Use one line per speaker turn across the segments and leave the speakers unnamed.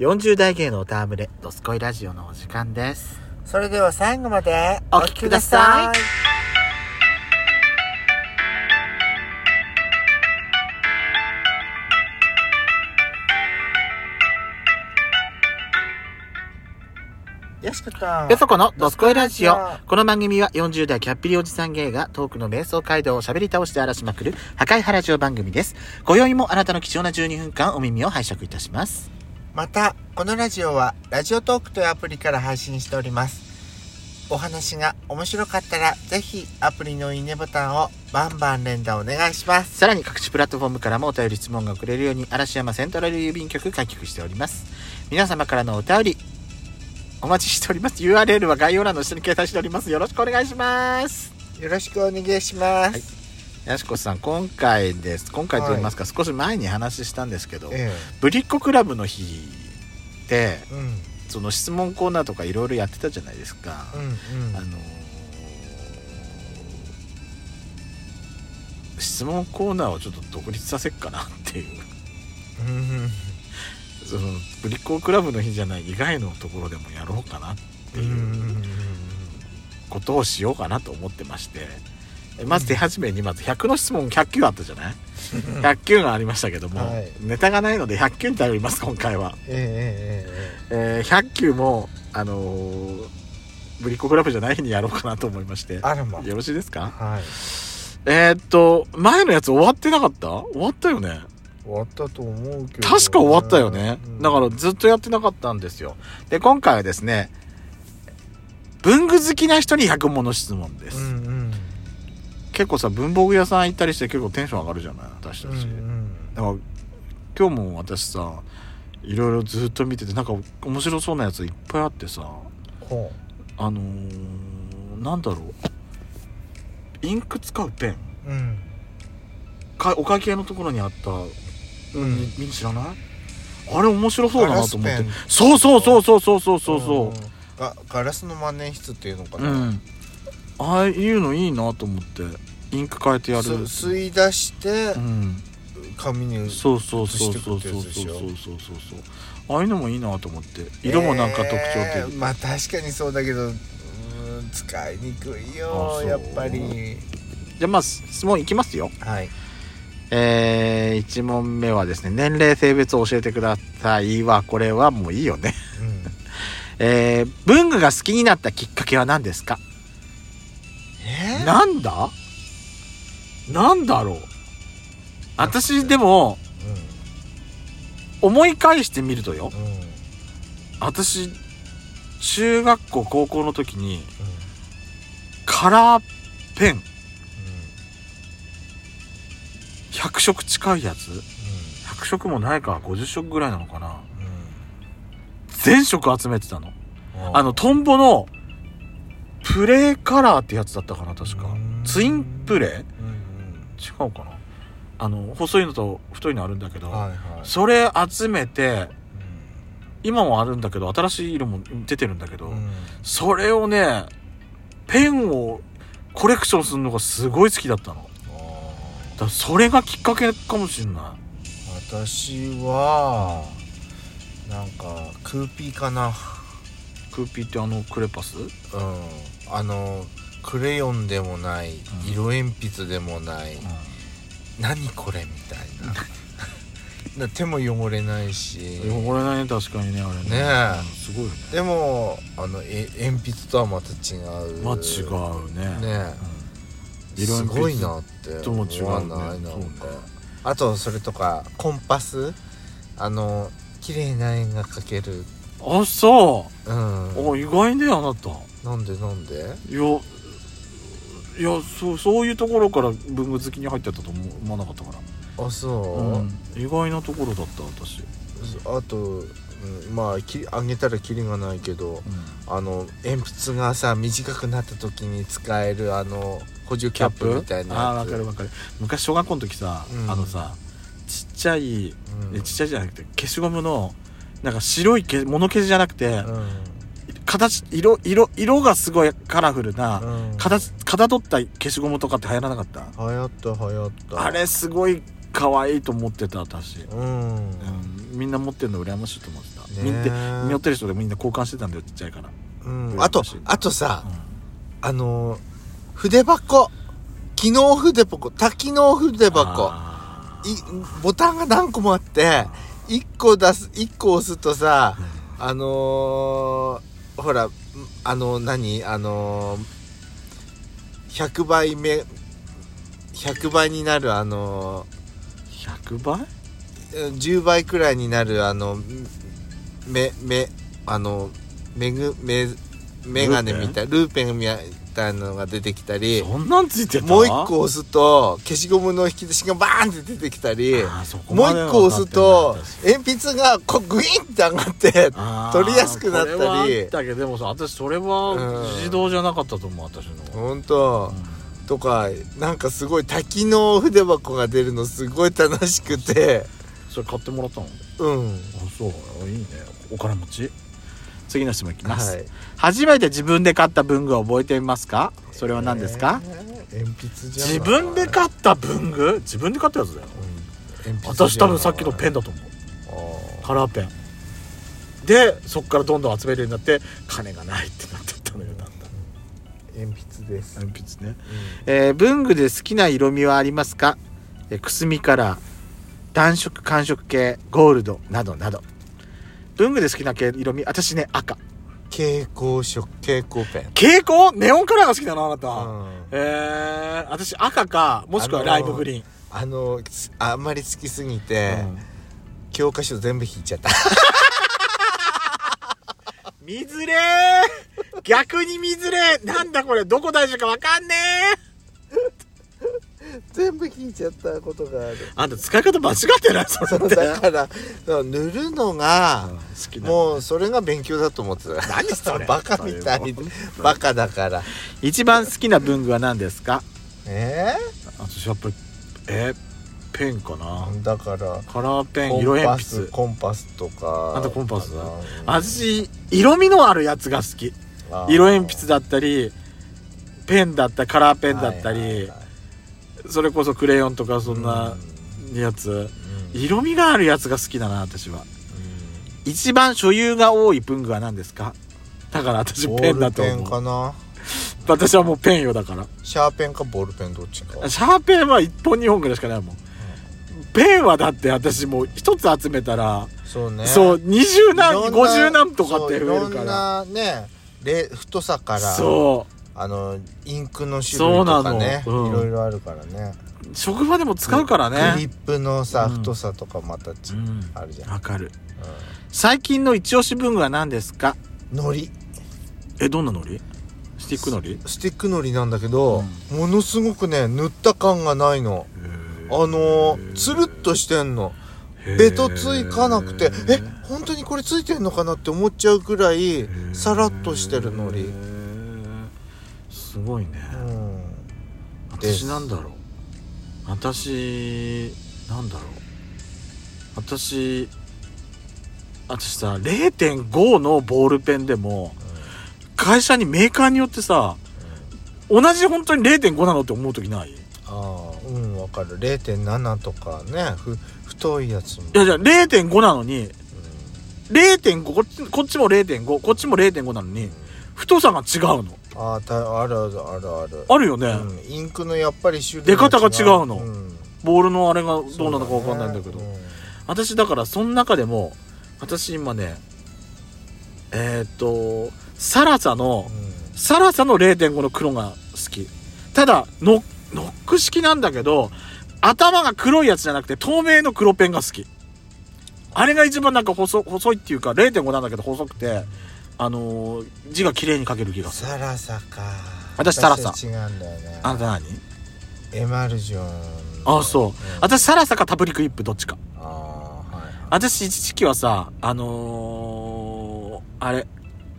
40代芸のタームレ、ドスコイラジオのお時間です。
それでは最後まで
お聞きください
よしか
よそこのドスコイラジオ
ドスコイラジ。オ
この番組は40代キャッピリおじさん芸がトークの瞑想街道を喋り倒して荒らしまくる破壊ハラジオ番組です。今宵もあなたの貴重な12分間お耳を拝借いたします。
またこのラジオはラジオトークというアプリから配信しておりますお話が面白かったらぜひアプリのいいねボタンをバンバン連打お願いします
さらに各種プラットフォームからもお便り質問が送れるように嵐山セントラル郵便局開局しております。皆様からのお便りお待ちしております。URL は概要欄の下に掲載しております。よろしくお願いします。
よろしくお願いします、
はいやしこさん今回です今回と言いますか、少し前に話したんですけど、
え
ぶりっ子クラブの日って
えうん
その質問コーナーとかいろいろやってたじゃないですか、
うん
あのー質問コーナーをちょっと独立させっかなっていう
うんうん
そのぶりっ子クラブの日じゃない以外のところでもやろうかなって
うんう
いうんことをしようかなと思ってましてえまず手始めにまず100の質問100球あったじゃない100球がありましたけども、
はい
ネタがないので100球に頼ります今回は、
えええ
えー100球もあのーブリッコクラブじゃない日にやろうかなと思いまして
えあるもん
よろしいですか
はい
えーっと前のやつ終わってなかった終わったよね
終わったと思うけど
確か終わったよね、
うん
だからずっとやってなかったんですよで今回はですね文具好きな人に100問の質問です、
うんうん
結構さ文房具屋さん行ったりして結構テンション上がるじゃない私た
うんう
ち、
ん
だから今日も私さいろいろずっと見ててなんか面白そうなやついっぱいあってさ
ほ
あのー、なんだろうインク使うペン
ううん
かお会計のところにあった、
う
みみん知らないあれ面白そうだなと思っ
ガラ
て
スペン
そうそうそうそうそうそうそうそ
ガガラスの万年筆っていうのか
うう
な、
んああいうのいいなと思ってインク変えてやる
す吸い出して
うん
紙に
そうそうそうそうそうそうそうそうそうそうああいうのもいいなと思って色もなんか特徴
え
的、
ーまあ確かにそうだけどうーん使いにくい
あ
よ
そう
やっぱり
じゃあまあ質問いきますよ
はい
えー、1問目はですね年齢性別を教えてくださいはこれはもういいよね
うん
えー、文具が好きになったきっかけは何ですか
えー
なんだなんだろう私でも思い返してみるとよ
うんうんうん
私中学校高校の時にカラーペン100色近いやつ100色もないか50色ぐらいなのかな全色集めてたの
うんうん
あのトンボのプレーカラーってやつだったかな確か
うん
ツインプレ
うんうん
ー違うかなあの細いのと太いのあるんだけど、
はいはい
それ集めて
う
今もあるんだけど新しい色も出てるんだけど、
んうん
それをねペンをコレクションするのがすごい好きだったのだからそれがきっかけかもしんな
私はなんかクーピーかな、
いクーピーってあのクレパス
うん、あのクレヨンでもない
ん
色鉛筆でもない、何これみたいなな手も汚れないし
汚れないね確かにねあれね
ねえ
うんすごいよね
でもあのえ鉛筆とはまた違う
まあ違うね
ね
うん色
す
鉛筆
ごいなって
とも違うね
思わないなん
そう
か、
ね
あとそれとかコンパスあの綺麗な円が描ける
あそう
うん
あ意外ねあなた
なんでなんで
いやいやそうそういうところから文具好きに入ってたと思思わなかったから
あそう、
うん意外なところだった私、
あと、うんまあきあげたらキリがないけどあの鉛筆がさ短くなった時に使えるあの補充キャップみたいなや
ああわかるわかる昔小学校の時さ、
うん
あのさちっちゃい、
うん
えちっちゃいじゃなくて消しゴムのなんか白いけ物消しじゃなくて、形色色色がすごいカラフルな、
うんうん
形かたどった消しゴムとかって流行らなかった
流行った流行った
あれすごい可愛いと思ってた私、
うん
うん、みんな持ってるの羨ましいと思ってた、
ね
みんな持ってる人でみんな交換してたんだよちっちゃいから、
うん
羨
あと
ましい
あとさ
うん
あのー筆箱機能筆箱多機能筆箱
あ
いボタンが何個もあって1個出す1個押すとさ
ー
あのーほらんあのー何あのー100倍目100倍になるあの
100倍
ーうん10倍くらいになるあのん目目あの目ぐ目メガネみたいルーペンみたいなのが出てきたり
そんなんついてた
もう1個押すと消しゴムの引き出しがバーンって出てきたり
あーそこ
もう
までは
1個押すと
分かってない私
鉛筆がこうグインって上がって
あー
取りやすくなったり
これはあったけどでもさ私それは
うん
自動じゃなかったと思う私のは、
本当とかなんかすごい多機能筆箱が出るのすごい楽しくて
それ買ってもらったの
うん
あそういいねお金持ち次の質問いきます、
はい
初めて自分で買った文具を覚えていますかそれは何ですか、、
えー鉛筆じゃない
自分で買った文具自分で買ったやつだよ
うん鉛筆じゃない
私多分さっきのペンだと思う
あー
カラーペンでそっからどんどん集めるようになって金がないってなってったのよだんだん
鉛筆です、
鉛筆ねえー文具で好きな色味はありますか、えーくすみカラー暖色寒色系ゴールドなどなど文具で好きな系色味私ね赤
蛍光色蛍光ペン
蛍光ネオンカラーが好きだなあなた、
うん
えー、私赤かもしくはライムグリーン、
あのすあんまり好きすぎて、
うん
教科書全部引いちゃった
見ずれー逆に見ずれーなんだこれどこ大事かわかんね
全部引いちゃったことが ある
ーあんた使い方間違ってないそれ
そう
って
だからそう塗るのが、
うん好きな
もうそれが勉強だと思ってた
何それ
バカみたい
それ
バカだから
一番好きな文具は何ですか
え
私やっぱりえーペンかな、
ー、だから
カラーペン
コ
色
ンパ
鉛
ス
筆
コンパスとか
あんたコンパスだ
かな
私色味のあるやつが好き
あー
色鉛筆だったりペンだったりカラーペンだったり、
はいはいはい
それこそクレヨンとかそんなやつ、色味があるやつが好きだな私は一番所有が多い文具は何ですかだから私
うん
ペンだと
ボールペン
思
か
う
な
私はもうペンよだから
シャーペンかボールペンどっちか
シャーペンは1本2本ぐらいしかないもん、ペンはだって私もう1つ集めたら、
そうね
そう
い
20何
ろんな
50何とかって増え
そ
る
うい
か
ろ
ら
んなねれ太さから
そう
あのインクの種類とかねい
そうなのうん
ろいろあるからね
職場でも使うから
クリ
ね
ップのさ
うん
太さとかまたち
うん
あるじゃん
わかる最近の一押し文具は何ですか
のり
えどんなのりスティックのり
スティックのりなんだけど、ものすごくね塗った感がないのあのーつるっとしてんのベトついかなくてえ本当にこれついてんのかなって思っちゃうくらいさらっとしてるのり、うん、
すごいね私なんだろう私なんだろう私私さ0.5のボールペンでも会社にメーカーによってさ同じ本当に0.5なのって思う時ない
ああうんわかる0.7とかねふ太いやつも
いやじゃあ0.5なのに0.5こっちこっちも0.5こっちも0.5なのに太さが違うの
うんあーたあるあるあるある
あるよね、
うん、インクのやっぱり種類
出方が違うの
ん
ボールのあれがどうなのかわかんないんだけど
そうね
私だからその中でも私今ねえーっとサラサの
うんうん
サラサの0.5の黒が好きただノノック式なんだけど頭が黒いやつじゃなくて透明の黒ペンが好きあれが一番なんか細細いっていうか0.5なんだけど細くてあのー字が綺麗に書ける気がする
サラサか
私サラサ
私違うんだよね
あなた何
エマルジョン
あそう、
ん
私サラサかタブリクリップどっちか
あーはいはい
私一時期はさあのー、あれ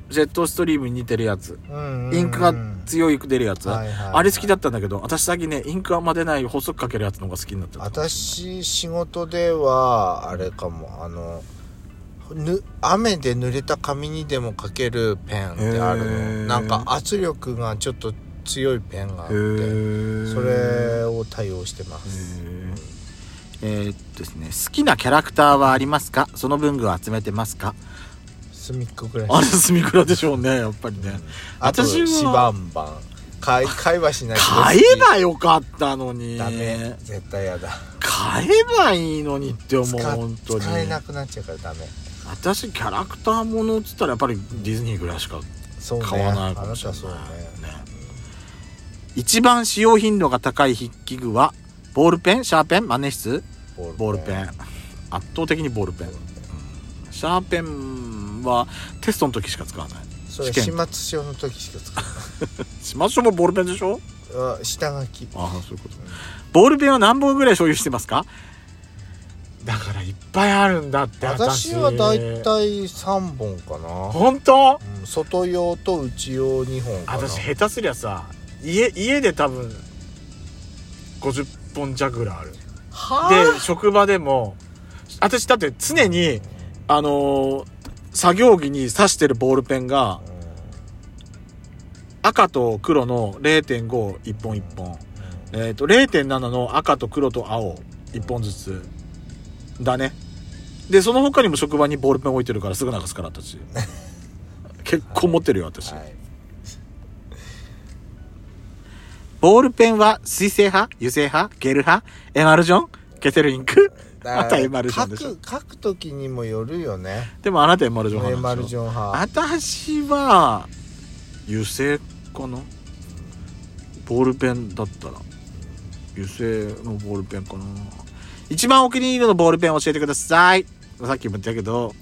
ジェットストリームに似てるやつ
うんうん
インクが強い出るやつ、
はいはいはい
あれ好きだったんだけど私最近ねインクあんま出ない細くかけるやつの方が好きになってた
私仕事ではあれかもあのぬ雨で濡れた紙にでも書けるペンってある
へ
の
ー
なんか圧力がちょっと強いペンがあって
へ
それを対応してます
えーっとですね好きなキャラクターはありますかその文具を集めてますか
隅っこぐらい
あれ隅倉でしょうねやっぱりね
あと
私は
シバンバン買い買いはしないけど好き
買えばよかったのに
ダメ絶対やだ
買えばいいのにって思う
使
本当に
使えなくなっちゃうからダメ
私キャラクターものっつったらやっぱりディズニーぐらいしか
そうね
買わないか
あ
も
な
したれ
は
ない
そうね
ね一番使用頻度が高い筆記具はボールペンシャーペンマネ筆ボールペン圧倒的にボールペンシャーペンはテストの時しか使わない
それ
試
始
験
末書の時しか使
しましょうもボールペンでしょ
うないあ下書き
ああそういうことボールペンは何本ぐらい所有してますかだからいっぱいあるんだって
私はだいたい3本かな、
本当
うん、外用と内用2本かな
私下手すりゃさ家家で多分50本弱ぐらいある
は
で職場でも私だって常にあのー作業着に刺してるボールペンが
あ
赤と黒の0.51本1本えっ、と0.7の赤と黒と青1本ずつだねでその他にも職場にボールペン置いてるからすぐ流すから私結構持ってるよ私、
はい
ボールペンは水性派油性派ゲル派エマルジョンケセルインク あたエマルジョンでしょ
書く書く時にもよるよね
でもあなたエマルジョン
エ
派な
マ
ん
ル
でし
ジ
ょ
ョン派
私は油性かなボールペンだったら油性のボールペンかな一番お気に入りのボールペンを教えてくださいさっきも言ったけど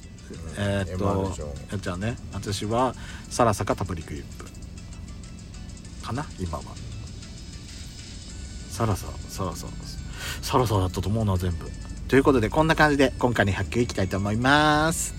えーっ
エマル
と
ジョン
やっちゃんね私はサラサかタブリクリップかな今はサラササラササラサだったと思うな全部ということでこんな感じで今回に発球いきたいと思います